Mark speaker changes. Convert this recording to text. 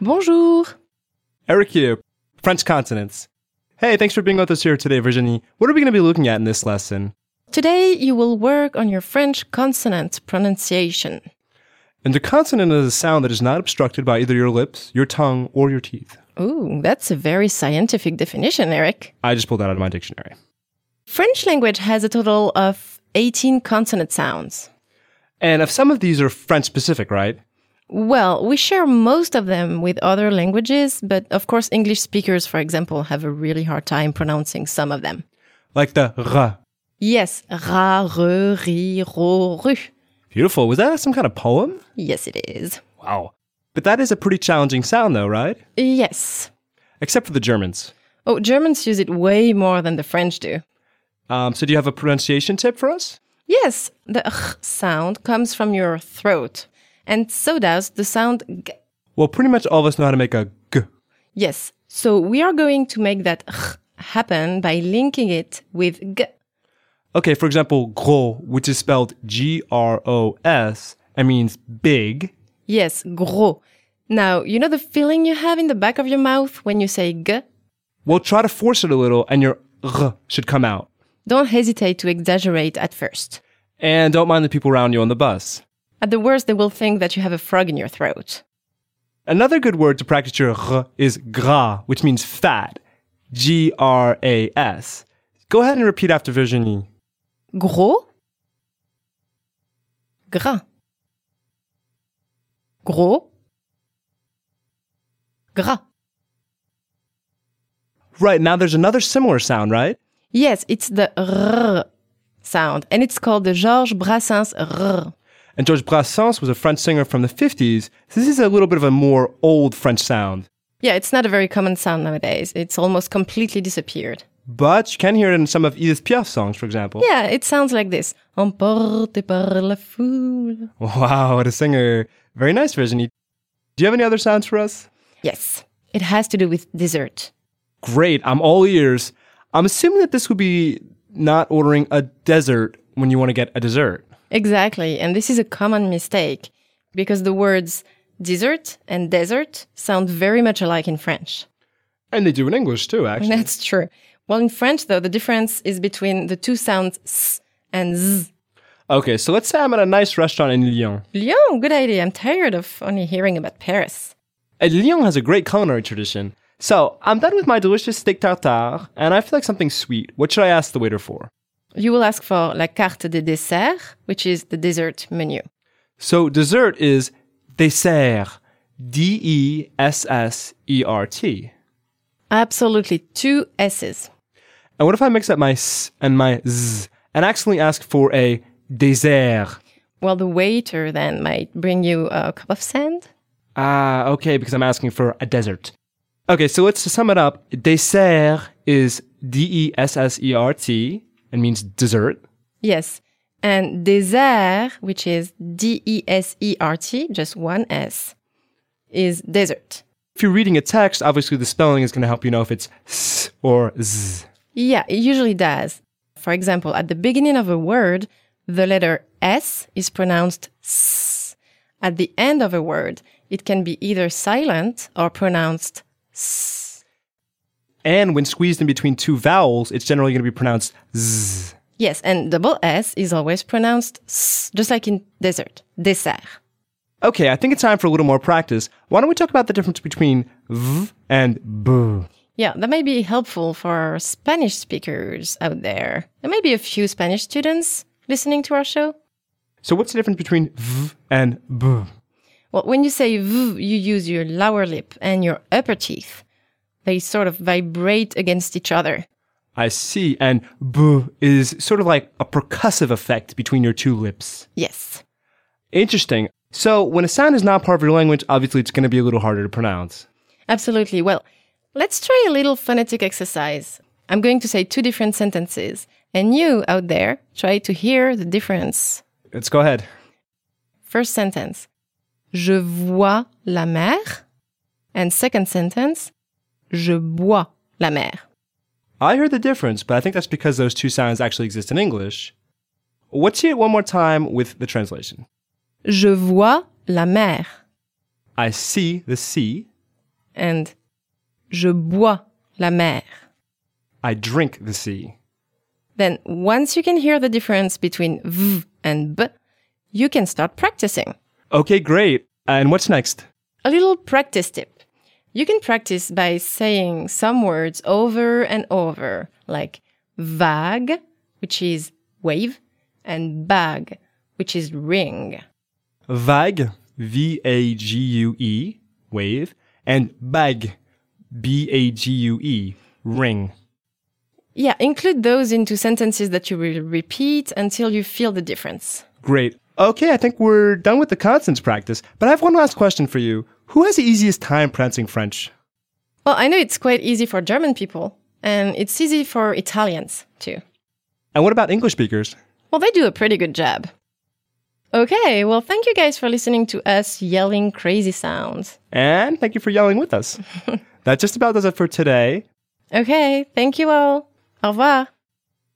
Speaker 1: Bonjour.
Speaker 2: Eric Yu, French consonants. Hey, thanks for being with us here today, Virginie. What are we going to be looking at in this lesson?
Speaker 1: Today you will work on your French consonant pronunciation.
Speaker 2: And the consonant is a sound that is not obstructed by either your lips, your tongue, or your teeth.
Speaker 1: Ooh, that's a very scientific definition, Eric.
Speaker 2: I just pulled that out of my dictionary.
Speaker 1: French language has a total of 18 consonant sounds.
Speaker 2: And if some of these are French specific, right?
Speaker 1: Well, we share most of them with other languages, but of course, English speakers, for example, have a really hard time pronouncing some of them.
Speaker 2: Like the r.
Speaker 1: Yes, ra, re, ri, ro, ru.
Speaker 2: Beautiful. Was that some kind of poem?
Speaker 1: Yes, it is.
Speaker 2: Wow. But that is a pretty challenging sound, though, right?
Speaker 1: Yes.
Speaker 2: Except for the Germans.
Speaker 1: Oh, Germans use it way more than the French do.
Speaker 2: Um, so, do you have a pronunciation tip for us?
Speaker 1: Yes, the ch sound comes from your throat, and so does the sound g.
Speaker 2: Well, pretty much all of us know how to make a g.
Speaker 1: Yes, so we are going to make that ch happen by linking it with g.
Speaker 2: Okay, for example, gros, which is spelled G R O S and means big.
Speaker 1: Yes, gros. Now, you know the feeling you have in the back of your mouth when you say g?
Speaker 2: Well, try to force it a little, and your r should come out.
Speaker 1: Don't hesitate to exaggerate at first.
Speaker 2: And don't mind the people around you on the bus.
Speaker 1: At the worst, they will think that you have a frog in your throat.
Speaker 2: Another good word to practice your r is gras, which means fat. G R A S. Go ahead and repeat after E. Virginie.
Speaker 1: Gros. Gras. Gros. Gras.
Speaker 2: Right, now there's another similar sound, right?
Speaker 1: Yes, it's the R sound, and it's called the Georges Brassens R.
Speaker 2: And Georges Brassens was a French singer from the 50s. So this is a little bit of a more old French sound,
Speaker 1: Yeah, it's not a very common sound nowadays. It's almost completely disappeared.
Speaker 2: but you can hear it in some of Edith Piaf's songs, for example.
Speaker 1: Yeah, it sounds like this. Emporté par la foule.
Speaker 2: Wow, what a singer. Very nice, Virginie. Do you have any other sounds for us?
Speaker 1: Yes, it has to do with dessert.
Speaker 2: Great, I'm all ears. I'm assuming that this would be not ordering a dessert when you want to get a dessert.
Speaker 1: Exactly, and this is a common mistake because the words dessert and desert sound very much alike in French.
Speaker 2: And they do in English too, actually.
Speaker 1: That's true. Well, in French, though, the difference is between the two sounds s and z.
Speaker 2: Okay, so let's say I'm at a nice restaurant in Lyon.
Speaker 1: Lyon, good idea. I'm tired of only hearing about Paris.
Speaker 2: And Lyon has a great culinary tradition. So I'm done with my delicious steak tartare, and I feel like something sweet. What should I ask the waiter for?
Speaker 1: You will ask for la carte des desserts, which is the dessert menu.
Speaker 2: So dessert is dessert, D E S S E R T.
Speaker 1: Absolutely, two S's.
Speaker 2: And what if I mix up my s and my z and accidentally ask for a dessert?
Speaker 1: Well, the waiter then might bring you a cup of sand.
Speaker 2: Ah, okay, because I'm asking for a desert. Okay, so let's sum it up. Dessert is D E S S E R T and means dessert.
Speaker 1: Yes. And dessert, which is D E S E R T, just one S, is dessert.
Speaker 2: If you're reading a text, obviously the spelling is going to help you know if it's s or z.
Speaker 1: Yeah, it usually does. For example, at the beginning of a word, the letter S is pronounced S. At the end of a word, it can be either silent or pronounced S.
Speaker 2: And when squeezed in between two vowels, it's generally going to be pronounced z.
Speaker 1: Yes, and double S is always pronounced S, just like in dessert, dessert.
Speaker 2: Okay, I think it's time for a little more practice. Why don't we talk about the difference between v and b?
Speaker 1: Yeah, that may be helpful for Spanish speakers out there. There may be a few Spanish students listening to our show.
Speaker 2: So what's the difference between v and b?
Speaker 1: Well, when you say v, you use your lower lip and your upper teeth. They sort of vibrate against each other.
Speaker 2: I see, and b is sort of like a percussive effect between your two lips.
Speaker 1: Yes.
Speaker 2: Interesting. So when a sound is not part of your language, obviously it's going to be a little harder to pronounce.
Speaker 1: Absolutely. Well, let's try a little phonetic exercise. I'm going to say two different sentences, and you out there try to hear the difference.
Speaker 2: Let's go ahead.
Speaker 1: First sentence, je vois la mer. And second sentence, je bois la mer.
Speaker 2: I heard the difference, but I think that's because those two sounds actually exist in English. Let's hear it one more time with the translation.
Speaker 1: Je vois la mer.
Speaker 2: I see the sea.
Speaker 1: and je bois la mer.
Speaker 2: I drink the sea.
Speaker 1: Then once you can hear the difference between v and b, you can start practicing.
Speaker 2: Okay, great. And what's next?
Speaker 1: A little practice tip. You can practice by saying some words over and over, like vague, which is wave, and bag, which is ring.
Speaker 2: Vague, V A G U E, wave, and bag, B A G U E, ring.
Speaker 1: Yeah, include those into sentences that you will repeat until you feel the difference.
Speaker 2: Great. Okay, I think we're done with the consonants practice, but I have one last question for you. Who has the easiest time pronouncing French?
Speaker 1: Well, I know it's quite easy for German people, and it's easy for Italians too.
Speaker 2: And what about English speakers?
Speaker 1: Well, they do a pretty good job. Okay, well, thank you guys for listening to us yelling crazy sounds.
Speaker 2: And thank you for yelling with us. that just about does it for today.
Speaker 1: Okay, thank you all. Au revoir.